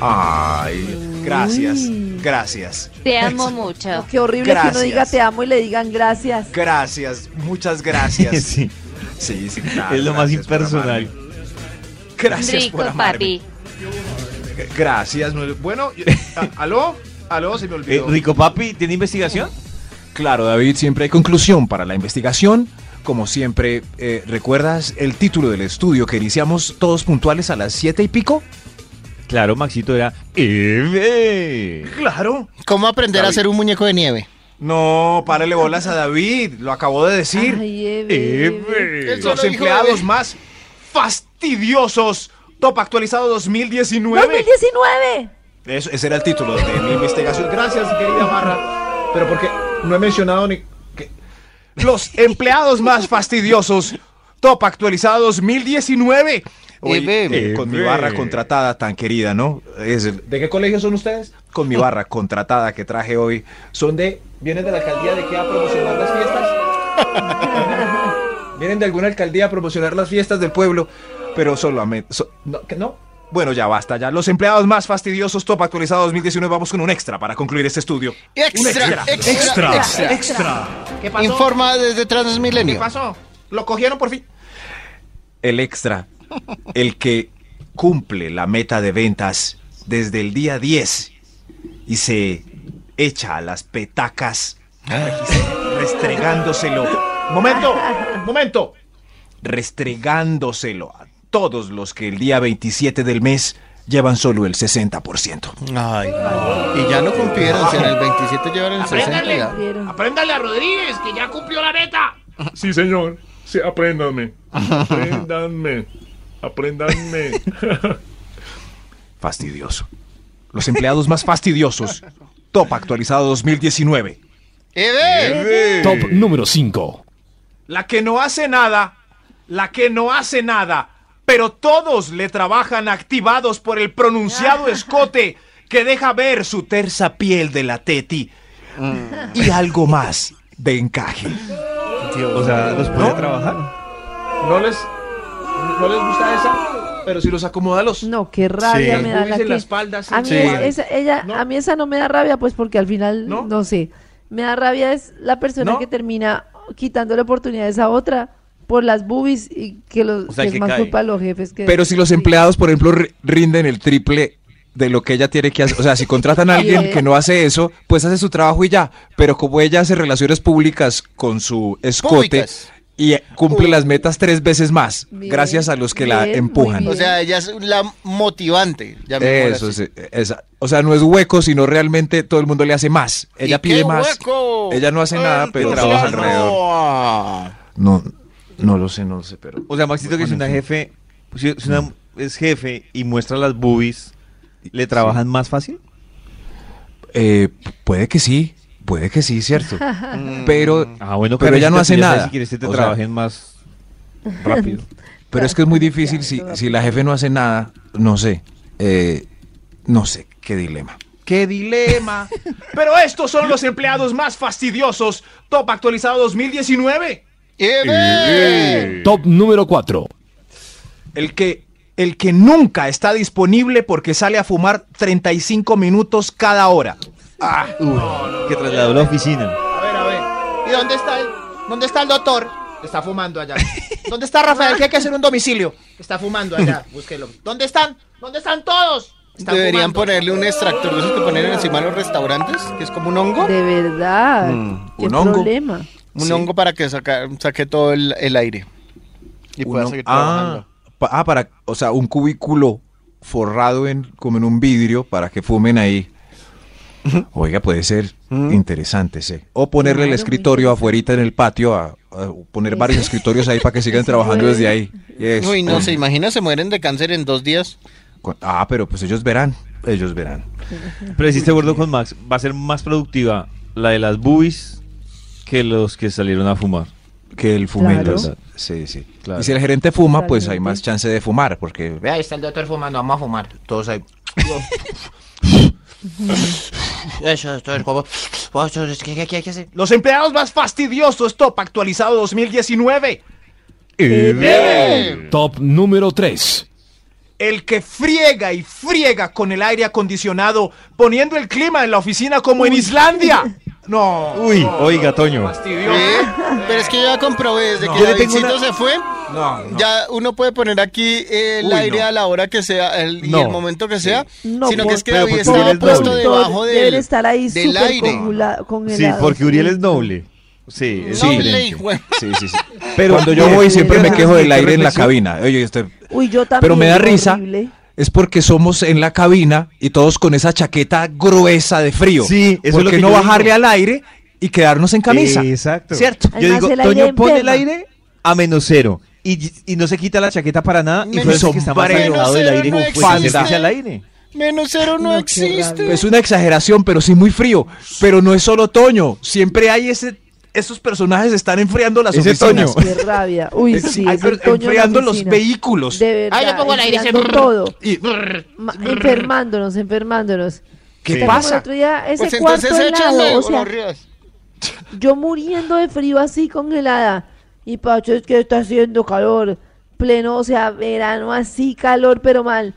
Speaker 3: Ay, gracias,
Speaker 8: Uy.
Speaker 3: gracias,
Speaker 5: te amo mucho.
Speaker 8: Qué horrible que
Speaker 3: Gracias.
Speaker 8: uno diga te amo y le digan gracias.
Speaker 3: gracias, muchas gracias.
Speaker 10: Sí,
Speaker 3: Sí, sí, claro,
Speaker 10: es lo más
Speaker 3: gracias por
Speaker 10: impersonal.
Speaker 3: amarme. Gracias
Speaker 5: Rico
Speaker 3: por amarme.
Speaker 5: papi.
Speaker 3: Gracias. no- Bueno, yo- a- ¿aló? ¿Aló? Se me
Speaker 10: Eh,
Speaker 3: olvidó.
Speaker 10: Rico Papi, ¿tiene investigación?
Speaker 3: Claro, David, siempre hay conclusión para la investigación. Como siempre, eh, ¿recuerdas el título del estudio que iniciamos todos puntuales a las siete y pico?
Speaker 10: Claro, Maxito era Eve.
Speaker 3: Claro.
Speaker 6: ¿Cómo aprender a hacer un muñeco de nieve?
Speaker 3: No, párale bolas a David, lo acabo de decir.
Speaker 8: Ay, Eve, Eve.
Speaker 10: Eve.
Speaker 6: Eso
Speaker 3: Los
Speaker 6: lo dijo
Speaker 3: empleados
Speaker 6: Eve.
Speaker 3: más fastidiosos. Top actualizado 2019.
Speaker 8: 2019.
Speaker 3: Eso- ese era el título de mi investigación. Gracias, querida Barra. Pero porque no he mencionado ni... que- Los empleados más fastidiosos. Top actualizado 2019. Oye,
Speaker 6: Eve.
Speaker 3: eh, con mi
Speaker 10: Eve.
Speaker 3: barra contratada tan querida, ¿no? Es el- ¿De qué colegio son ustedes? Con mi barra contratada que traje hoy. ¿Son de... ¿Vienen de la alcaldía de qué a promocionar las fiestas? Vienen de alguna alcaldía a promocionar las fiestas del pueblo, pero solamente... so- no, que no. Bueno, ya basta, ya. Los empleados más fastidiosos, top actualizado 2019. Vamos con un extra para concluir este estudio. Un
Speaker 6: Extra, extra,
Speaker 12: Extra,
Speaker 6: extra.
Speaker 12: extra. ¿Qué pasó?
Speaker 6: Informa desde
Speaker 12: ¿Qué
Speaker 6: Transmilenio.
Speaker 12: pasó? Lo cogieron por fin.
Speaker 3: El extra, el que cumple la meta de ventas desde el día 10 y se echa a las petacas restregándoselo,
Speaker 12: Momento, momento.
Speaker 3: restregándoselo a todos los que el día 27 del mes llevan solo el 60%.
Speaker 6: Ay, no. Y ya no cumplieron, si en el 27 llevaron el 60
Speaker 12: Apréndale.
Speaker 6: ya.
Speaker 8: Vieron.
Speaker 12: Apréndale a Rodríguez, que ya cumplió la meta.
Speaker 11: Sí, señor. Sí, apréndanme. Apréndanme. Apréndanme.
Speaker 3: Fastidioso. Los empleados más fastidiosos. Top actualizado 2019.
Speaker 6: ¡Eve!
Speaker 11: Top número 5.
Speaker 4: La que no hace nada, la que no hace nada, pero todos le trabajan activados por el pronunciado escote que deja ver su terza piel de la teti.
Speaker 3: Y algo más de encaje.
Speaker 10: O sea, ¿los puede trabajar?
Speaker 4: ¿No les, no les gusta esa? Pero si los acomoda los...
Speaker 8: No, qué rabia
Speaker 4: Sí. Las
Speaker 8: me da
Speaker 4: boobies
Speaker 8: la
Speaker 4: en
Speaker 8: que-
Speaker 4: la espalda, sí.
Speaker 8: a mí
Speaker 4: Sí.
Speaker 8: esa, ella, a mí esa no me da rabia, pues porque al final no,
Speaker 4: ¿No?
Speaker 8: sé. Me da rabia es la persona
Speaker 4: ¿No?
Speaker 8: que termina quitándole oportunidades a otra por las boobies y que, los,
Speaker 10: O sea,
Speaker 8: que es
Speaker 10: que
Speaker 8: más
Speaker 10: cae.
Speaker 8: culpa de los jefes que
Speaker 3: Pero si los empleados, por ejemplo, ri- rinden el triple de lo que ella tiene que hacer. O sea, si contratan a alguien que no hace eso, pues hace su trabajo y ya. Pero como ella hace relaciones públicas con su escote
Speaker 6: Públicas.
Speaker 3: y cumple las metas tres veces más,
Speaker 8: Bien,
Speaker 3: gracias a los que la
Speaker 8: bien, muy
Speaker 3: empujan.
Speaker 8: bien.
Speaker 6: O sea, ella es la motivante. llamémosla
Speaker 3: Eso,
Speaker 6: así.
Speaker 3: sí, esa- o sea, no es hueco, sino realmente todo el mundo le hace más. Ella
Speaker 6: ¿Y
Speaker 3: pide
Speaker 6: qué
Speaker 3: más.
Speaker 6: hueco?
Speaker 3: Ella no hace nada,
Speaker 6: El
Speaker 3: pero
Speaker 6: Tucano.
Speaker 3: trabaja No, no lo sé, no lo sé, pero.
Speaker 10: O sea, Maxito, que es una jefe, si es, una- es jefe y muestra las boobies, ¿le trabajan más fácil?
Speaker 3: Eh, puede que sí, puede que sí, cierto. pero
Speaker 6: Mm.
Speaker 10: Ah, bueno,
Speaker 3: pero ella
Speaker 10: Karencita, tú
Speaker 3: no hace
Speaker 10: ya sabes
Speaker 3: nada.
Speaker 10: Si quieres que te
Speaker 3: O sea,
Speaker 10: trabajen más rápido.
Speaker 3: pero es que es muy difícil si, si la jefe no hace nada, no sé. eh, no sé, qué dilema.
Speaker 4: ¡Qué dilema! Pero estos son los empleados más fastidiosos. Top actualizado 2019.
Speaker 6: ¡Eve!
Speaker 11: Top número 4.
Speaker 4: El que, el que nunca está disponible porque sale a fumar 35 minutos cada hora.
Speaker 10: Ah, Que trasladó la oficina.
Speaker 12: A ver, a ver.
Speaker 6: ¿Y dónde está el, dónde está el doctor?
Speaker 12: Está fumando allá. ¿Dónde está Rafael? Que hay que hacer un domicilio. Está fumando allá. Búsquelo. ¿Dónde están? ¿Dónde están todos? Están
Speaker 6: Deberían
Speaker 12: fumando.
Speaker 6: ponerle un extractor de esos que ponen encima de los restaurantes, que es como un hongo.
Speaker 8: De verdad.
Speaker 6: Mm,
Speaker 8: ¿Qué
Speaker 3: un hongo.
Speaker 8: problema?
Speaker 6: Un hongo para que saca- saque todo el, el aire. Y pueda
Speaker 3: Uno-
Speaker 6: seguir
Speaker 3: ah,
Speaker 6: trabajando.
Speaker 3: pa- ah, para, o sea, un cubículo forrado en, como en un vidrio para que fumen ahí. Oiga, puede ser interesante, sí. O ponerle el
Speaker 8: Claro,
Speaker 3: escritorio afuerita en el patio, a, a poner varios escritorios ahí para que sigan
Speaker 8: Eso
Speaker 3: trabajando
Speaker 8: puede
Speaker 3: desde
Speaker 8: ser.
Speaker 3: ahí. Yes.
Speaker 6: Ah. Uy,
Speaker 12: Ah.
Speaker 6: no, se imagina, se mueren de cáncer en dos días.
Speaker 3: Con- Ah, pero pues ellos verán, ellos verán.
Speaker 10: Pero si estoy de acuerdo con Max, va a ser más productiva la de las boobies que los que salieron a fumar.
Speaker 3: Que el fumero.
Speaker 10: Claro.
Speaker 3: Sí, sí.
Speaker 10: Claro.
Speaker 3: Y si el gerente fuma, pues hay
Speaker 8: Totalmente.
Speaker 3: más chance de fumar, porque
Speaker 12: Ve, ahí está el doctor fumando. Vamos a fumar. Todos ahí. Eso, esto es como. Eso es- ¿Qué, qué, qué, qué hace?
Speaker 4: Los empleados más fastidiosos, top actualizado 2019.
Speaker 11: Top número 3.
Speaker 4: El que friega y friega con el aire acondicionado, poniendo el clima en la oficina como en Islandia. No.
Speaker 10: Uy, oiga, Toño.
Speaker 4: Fastidioso.
Speaker 6: ¿Eh? Pero es que yo ya comprobé, desde que
Speaker 3: Yo le
Speaker 6: Davidcito
Speaker 3: tengo una-
Speaker 6: se fue,
Speaker 3: No, no.
Speaker 6: ya uno puede poner aquí el
Speaker 3: Uy,
Speaker 6: aire
Speaker 3: no.
Speaker 6: a la hora que sea el, y
Speaker 10: No.
Speaker 6: el momento que sea,
Speaker 8: No, pues
Speaker 6: sino que es que
Speaker 10: pero
Speaker 6: David
Speaker 10: porque
Speaker 6: estaba
Speaker 10: eres
Speaker 6: puesto
Speaker 10: doble.
Speaker 6: debajo del,
Speaker 8: Deben estar ahí
Speaker 6: del aire.
Speaker 8: súper congula-
Speaker 10: Sí, porque
Speaker 8: congelados.
Speaker 10: Uriel es noble. Sí, es
Speaker 3: Sí.
Speaker 6: Doble,
Speaker 10: diferente.
Speaker 6: hijo de-
Speaker 3: Sí, sí, sí. Pero cuando yo voy siempre me quejo del aire en la cabina. Oye, este-
Speaker 8: Uy, yo también.
Speaker 3: Pero me da
Speaker 8: es
Speaker 3: risa.
Speaker 8: horrible.
Speaker 3: Es porque somos en la cabina y todos con esa chaqueta gruesa de frío.
Speaker 10: Sí, eso es
Speaker 3: ¿Por
Speaker 10: lo
Speaker 3: qué
Speaker 10: que
Speaker 3: no
Speaker 10: yo
Speaker 3: bajarle
Speaker 10: digo.
Speaker 3: al aire y quedarnos en camisa?
Speaker 10: Exacto.
Speaker 3: ¿Cierto?
Speaker 8: Además,
Speaker 10: Yo digo,
Speaker 8: el aire
Speaker 10: Toño, pone el
Speaker 8: enferma.
Speaker 10: aire a menos cero. Y, y no se quita la chaqueta para nada. Y
Speaker 6: Menos
Speaker 10: por eso es que está más
Speaker 3: sombrero.
Speaker 10: alejado del
Speaker 6: Menos
Speaker 10: aire.
Speaker 6: cero no
Speaker 10: Pues, se
Speaker 3: existe.
Speaker 10: hace al aire.
Speaker 6: Menos cero no,
Speaker 8: No, qué
Speaker 6: existe.
Speaker 8: raro.
Speaker 3: Es una exageración, pero sí muy frío. Pero no es solo Toño. Siempre hay ese... Esos personajes están enfriando las
Speaker 10: Ese
Speaker 3: oficinas.
Speaker 10: Toño.
Speaker 8: Qué rabia. Uy,
Speaker 3: Es-
Speaker 8: sí.
Speaker 3: hay
Speaker 8: es el
Speaker 3: per-
Speaker 8: Toño en la
Speaker 3: enfriando los
Speaker 8: oficina.
Speaker 3: vehículos.
Speaker 8: De verdad.
Speaker 12: Ahí le pongo el aire y se-
Speaker 8: enfriando todo.
Speaker 3: Y-
Speaker 8: Ma- enfermándonos, enfermándonos.
Speaker 3: ¿Qué
Speaker 8: Está como el
Speaker 3: pasa?
Speaker 8: otro día, ese
Speaker 6: Pues
Speaker 8: cuarto
Speaker 6: entonces
Speaker 8: helado,
Speaker 6: échale,
Speaker 8: o sea,
Speaker 6: gonorreas.
Speaker 8: yo muriendo de frío así congelada. Y Pacho es que está haciendo calor. Pleno, o sea, verano así, calor, pero mal.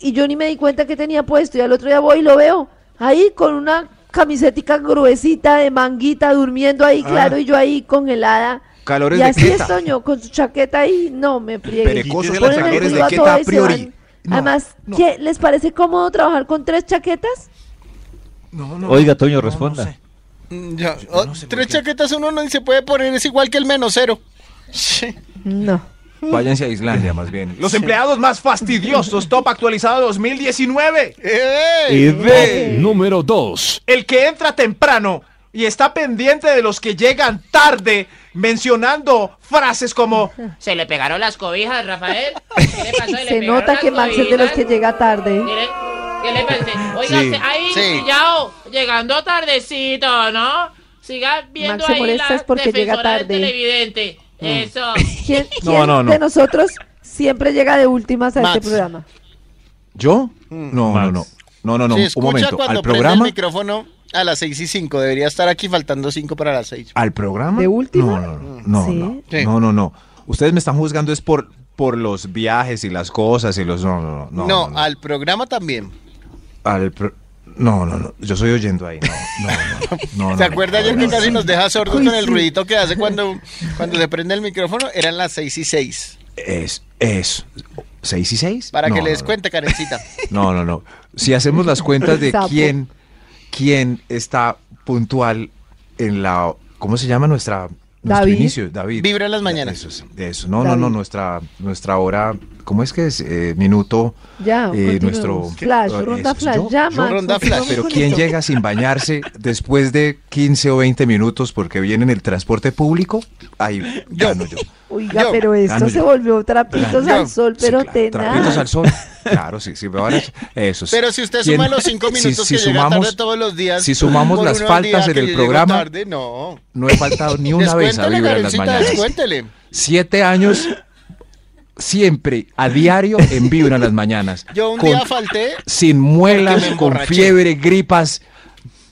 Speaker 8: Y yo ni me di cuenta que tenía puesto. Y al otro día voy y lo veo. Ahí con una camisetica gruesita de manguita, durmiendo
Speaker 3: Ah.
Speaker 8: ahí, claro, y yo ahí congelada.
Speaker 3: Calores
Speaker 8: y
Speaker 3: de
Speaker 8: así
Speaker 3: queta.
Speaker 8: es, Toño, con su chaqueta ahí. No, me friegue.
Speaker 3: Perecosos,
Speaker 10: Ponen
Speaker 8: el
Speaker 3: calores de
Speaker 8: culo a
Speaker 3: queta
Speaker 8: todo
Speaker 3: a
Speaker 8: y se
Speaker 3: priori.
Speaker 8: van. Además, ¿qué, ¿les parece cómodo trabajar con tres chaquetas?
Speaker 10: Oiga, Toño, responda.
Speaker 6: Mm, ya, oh, tres chaquetas uno no se puede poner, es igual que el menos cero. Sí.
Speaker 8: No.
Speaker 3: Váyanse a Islandia, más bien.
Speaker 4: Los empleados más fastidiosos, top actualizado 2019.
Speaker 6: ¡Eh!
Speaker 10: Y
Speaker 11: Top
Speaker 10: ve.
Speaker 11: número 2.
Speaker 4: El que entra temprano y está pendiente de los que llegan tarde, mencionando frases como
Speaker 12: Se le pegaron las cobijas, Rafael. ¿Qué le pasó?
Speaker 8: Se nota que Max es de los que llega tarde.
Speaker 12: Mire, ¿Qué le parece? Oiga,
Speaker 10: Sí.
Speaker 12: se- ahí,
Speaker 6: Sí.
Speaker 12: pillao, llegando tardecito, ¿no? Siga viendo
Speaker 8: se
Speaker 12: ahí
Speaker 8: molesta
Speaker 12: la
Speaker 8: es porque llega
Speaker 12: defensora del
Speaker 8: tarde.
Speaker 12: televidente. Eso.
Speaker 8: ¿Quién,
Speaker 3: No,
Speaker 8: quién
Speaker 3: no, no.
Speaker 8: de nosotros siempre llega de últimas a
Speaker 6: Max.
Speaker 8: este programa?
Speaker 3: ¿Yo?
Speaker 4: Mm.
Speaker 3: No, no,
Speaker 10: Max.
Speaker 3: no. No, no, no.
Speaker 6: Se
Speaker 3: un
Speaker 6: escucha
Speaker 3: momento.
Speaker 6: cuando
Speaker 3: ¿Al
Speaker 6: prende
Speaker 3: programa?
Speaker 6: el micrófono a las 6 y 5. Debería estar aquí faltando 5 para las 6.
Speaker 3: ¿Al programa?
Speaker 8: ¿De última?
Speaker 3: No, no, no. No,
Speaker 8: Sí.
Speaker 3: no,
Speaker 6: Sí.
Speaker 3: no, no, no. Ustedes me están juzgando es por, por los viajes y las cosas y los... No, no, no.
Speaker 6: No,
Speaker 3: No, no.
Speaker 6: al programa también.
Speaker 3: Al pro- No, no, no. Yo soy oyendo ahí. No, no, no. no,
Speaker 6: ¿Se
Speaker 3: no,
Speaker 6: acuerda
Speaker 3: no,
Speaker 6: ayer
Speaker 3: no,
Speaker 6: que
Speaker 3: no,
Speaker 6: casi
Speaker 3: no.
Speaker 6: nos deja sordos
Speaker 8: Uy,
Speaker 6: con el
Speaker 8: sí.
Speaker 6: ruidito que hace cuando, cuando se prende el micrófono? Eran las 6 y 6.
Speaker 3: Es, es... ¿Seis y seis?
Speaker 6: Para
Speaker 3: No,
Speaker 6: que
Speaker 3: no,
Speaker 6: le des
Speaker 3: no.
Speaker 6: cuenta, Karencita.
Speaker 3: No, no, no. Si hacemos las cuentas de
Speaker 8: Sapo.
Speaker 3: quién, quién está puntual en la... ¿Cómo se llama nuestra... nuestro
Speaker 8: David.
Speaker 3: inicio? David.
Speaker 6: Vibra en las mañanas.
Speaker 3: Eso, sí, eso. No, no,
Speaker 8: David.
Speaker 3: no. Nuestra, nuestra hora... ¿Cómo es que es? Eh, minuto...
Speaker 8: Ya,
Speaker 3: Eh,
Speaker 8: continuemos.
Speaker 3: nuestro-
Speaker 8: Flash,
Speaker 3: ¿Qué?
Speaker 8: ronda
Speaker 3: ¿Eso,
Speaker 8: flash,
Speaker 3: yo?
Speaker 8: ya,
Speaker 6: Yo
Speaker 8: Max,
Speaker 6: ronda flash,
Speaker 8: continuemos
Speaker 3: Pero
Speaker 8: con
Speaker 3: ¿quién
Speaker 8: esto.
Speaker 3: llega sin bañarse después de 15 o 20 minutos porque viene en el transporte público? Ahí gano yo.
Speaker 8: Oiga,
Speaker 6: Yo.
Speaker 8: pero esto
Speaker 3: Gano
Speaker 8: se
Speaker 3: yo.
Speaker 8: volvió trapitos
Speaker 6: Yo.
Speaker 8: al sol,
Speaker 3: Sí,
Speaker 8: pero
Speaker 3: claro,
Speaker 8: tenaz.
Speaker 3: Trapitos al sol. Claro, sí, sí, me van a- Eso sí.
Speaker 6: Pero si usted
Speaker 3: ¿Quién-
Speaker 6: suma los 5
Speaker 3: si-
Speaker 6: minutos
Speaker 3: si
Speaker 6: que llega
Speaker 3: sumamos-
Speaker 6: tarde todos los días.
Speaker 3: si sumamos
Speaker 6: por
Speaker 3: las
Speaker 6: uno al día
Speaker 3: faltas en
Speaker 6: que
Speaker 3: el
Speaker 6: yo llego
Speaker 3: programa,
Speaker 6: Tarde, no.
Speaker 3: No he faltado ni una vez a
Speaker 6: Descuéntele,
Speaker 3: vibrar en las
Speaker 6: Karencita,
Speaker 3: mañanas.
Speaker 6: descuéntele.
Speaker 3: Siete años, siempre, a diario, en vibra en las mañanas.
Speaker 6: Yo un
Speaker 3: Con-
Speaker 6: día falté.
Speaker 3: sin muelas,
Speaker 6: Porque me
Speaker 3: con
Speaker 6: emborraché.
Speaker 3: fiebre, gripas.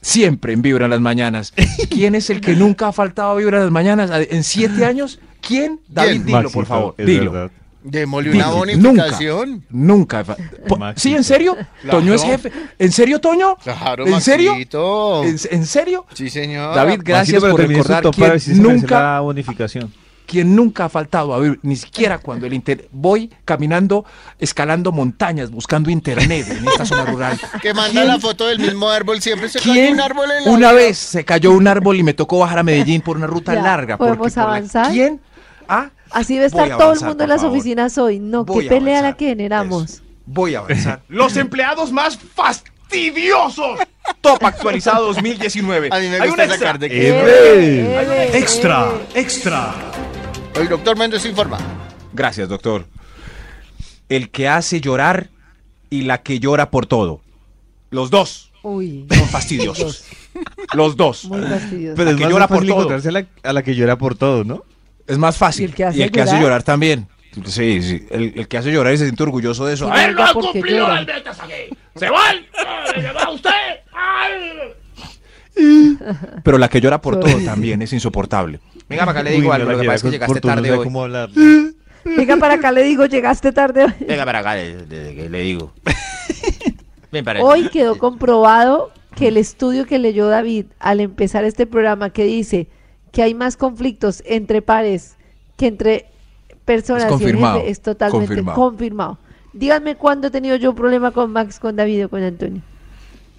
Speaker 3: Siempre en Vibra en las mañanas. ¿Quién es el que nunca ha faltado a Vibra en las mañanas? En siete años, ¿quién? David,
Speaker 6: ¿Quién?
Speaker 3: dilo,
Speaker 10: Maxito,
Speaker 3: por favor.
Speaker 10: es
Speaker 3: Dilo.
Speaker 10: verdad.
Speaker 6: Démosle una
Speaker 3: Dilo.
Speaker 6: bonificación.
Speaker 3: Nunca. nunca he fa- Po-
Speaker 10: Maxito.
Speaker 3: ¿Sí, en serio?
Speaker 6: Claro.
Speaker 3: Toño es jefe. ¿En serio, Toño?
Speaker 6: Claro,
Speaker 3: ¿En serio?
Speaker 6: Maxito.
Speaker 3: ¿En, en serio?
Speaker 6: Sí, señor.
Speaker 3: David,
Speaker 10: Maxito,
Speaker 3: gracias
Speaker 10: pero
Speaker 3: por
Speaker 10: termine su
Speaker 3: recordar
Speaker 10: top
Speaker 3: quién
Speaker 10: para ver si se merece
Speaker 3: nunca,
Speaker 10: la bonificación.
Speaker 3: quien nunca ha faltado a ver, ni siquiera cuando el inter... Voy caminando, escalando montañas, buscando internet en esta zona rural.
Speaker 6: Que manda
Speaker 3: ¿Quién-
Speaker 6: la foto del mismo árbol, siempre se cae
Speaker 3: ¿Quién
Speaker 6: un árbol en la
Speaker 3: una
Speaker 6: vida.
Speaker 3: vez se cayó un árbol y me tocó bajar a Medellín por una ruta
Speaker 8: Ya,
Speaker 3: larga? porque
Speaker 8: ¿podemos
Speaker 3: por la-
Speaker 8: avanzar?
Speaker 3: ¿Quién? Ah,
Speaker 8: Así debe
Speaker 3: Voy
Speaker 8: estar
Speaker 3: a
Speaker 8: todo el
Speaker 3: avanzar,
Speaker 8: mundo en
Speaker 3: por
Speaker 8: las
Speaker 3: favor.
Speaker 8: oficinas hoy. No,
Speaker 3: Voy
Speaker 8: qué
Speaker 3: a
Speaker 8: pelea la
Speaker 3: avanzar.
Speaker 8: que generamos.
Speaker 3: voy a avanzar.
Speaker 9: Los empleados más fastidiosos.
Speaker 3: Top actualizado 2019.
Speaker 6: A mí me
Speaker 3: Hay
Speaker 6: gusta
Speaker 3: un extra.
Speaker 6: sacar de
Speaker 4: Eh, ¡Eve!
Speaker 13: Extra, extra.
Speaker 6: El doctor Méndez informa.
Speaker 3: Gracias, doctor. El que hace llorar y la que llora por todo. Los dos
Speaker 8: Uy,
Speaker 3: son fastidiosos. Los dos.
Speaker 8: muy fastidioso.
Speaker 4: Pero
Speaker 3: La
Speaker 4: es
Speaker 3: que
Speaker 4: más
Speaker 3: llora
Speaker 4: fácil
Speaker 3: por todo.
Speaker 4: encontrarse a la, a la que llora por todo, ¿no?
Speaker 3: Es más fácil.
Speaker 8: ¿Y el que hace llorar?
Speaker 3: llorar? también. Sí, sí. El, el que hace llorar y se siente orgulloso de eso.
Speaker 8: Sí,
Speaker 3: ¡Ay!
Speaker 8: venga, porque lloran.
Speaker 9: ¡Se van! ¡Se va usted! ¡Ay!
Speaker 3: Pero la que llora por
Speaker 8: Soy-
Speaker 3: todo también es insoportable. Venga, para acá le
Speaker 4: Uy,
Speaker 3: digo
Speaker 4: no,
Speaker 3: algo.
Speaker 4: la
Speaker 3: Lo que pasa es que
Speaker 4: llora por
Speaker 3: llegaste
Speaker 4: todo, no
Speaker 3: tarde
Speaker 4: sabe
Speaker 3: hoy.
Speaker 4: cómo hablar.
Speaker 8: Venga para acá, le digo, llegaste tarde. hoy.
Speaker 3: Venga, para acá le, le- le digo. Ven para
Speaker 8: Hoy quedó comprobado que el estudio que leyó David al empezar este programa que dice que hay más conflictos entre pares que entre personas
Speaker 3: Es
Speaker 8: y en jefe,
Speaker 3: confirmado,
Speaker 8: es totalmente confirmado.
Speaker 3: confirmado.
Speaker 8: Díganme cuándo he tenido yo un problema con Max, con David o con Antonio.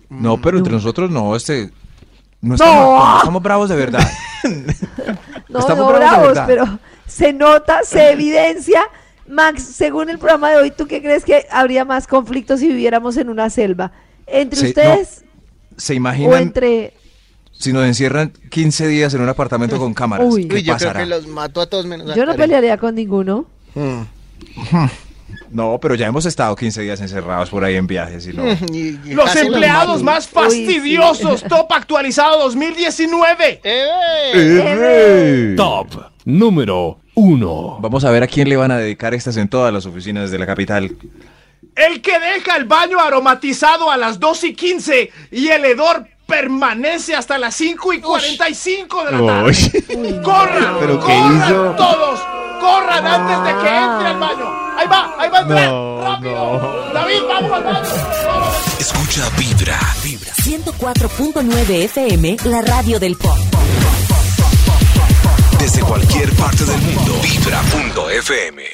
Speaker 3: No, pero entre nosotros no, este. No
Speaker 8: Mm, No.
Speaker 3: estamos, cuando estamos bravos de verdad.
Speaker 8: No,
Speaker 3: Estamos
Speaker 8: no
Speaker 3: bravos de
Speaker 8: bravos,
Speaker 3: verdad.
Speaker 8: pero se nota, se evidencia. Max, según el programa de hoy, ¿tú qué crees que habría más conflictos si viviéramos en una selva? ¿Entre
Speaker 3: Sí, no.
Speaker 8: ustedes
Speaker 3: ¿Se
Speaker 8: o
Speaker 3: imaginan
Speaker 8: entre...?
Speaker 3: si nos encierran 15 días en un apartamento con cámaras?
Speaker 8: Uy.
Speaker 3: ¿Qué
Speaker 6: Uy, yo creo
Speaker 3: pasará?
Speaker 6: que los mato a todos menos a
Speaker 8: Yo no
Speaker 6: Karen.
Speaker 8: pelearía con ninguno.
Speaker 6: Mm.
Speaker 3: No, pero ya hemos estado 15 días encerrados por ahí en viajes y no.
Speaker 6: Mm. Y- y
Speaker 9: Los
Speaker 6: casi
Speaker 9: empleados
Speaker 6: mato.
Speaker 9: más
Speaker 8: Uy, sí.
Speaker 9: fastidiosos. Top actualizado 2019.
Speaker 6: ¡Eh!
Speaker 13: Top número 1.
Speaker 3: Vamos a ver a quién le van a dedicar estas en todas las oficinas de la capital.
Speaker 9: El que deja el baño aromatizado a las 2 y 15 y el hedor permanece hasta las 5 y 45 de la tarde. ¡Corran!
Speaker 4: ¿Pero qué
Speaker 9: ¡Corran
Speaker 4: hizo?
Speaker 9: todos! ¡Corran antes de que entre el baño! ¡Ahí va! ¡Ahí va a entrar!
Speaker 4: No,
Speaker 9: ¡Rápido! ¡David, vamos al baño! ¡Vamos!
Speaker 14: Escucha Vibra. Vibra.
Speaker 1: 104.9 FM, la radio del pop.
Speaker 14: Desde cualquier parte del mundo. Vibra.fm.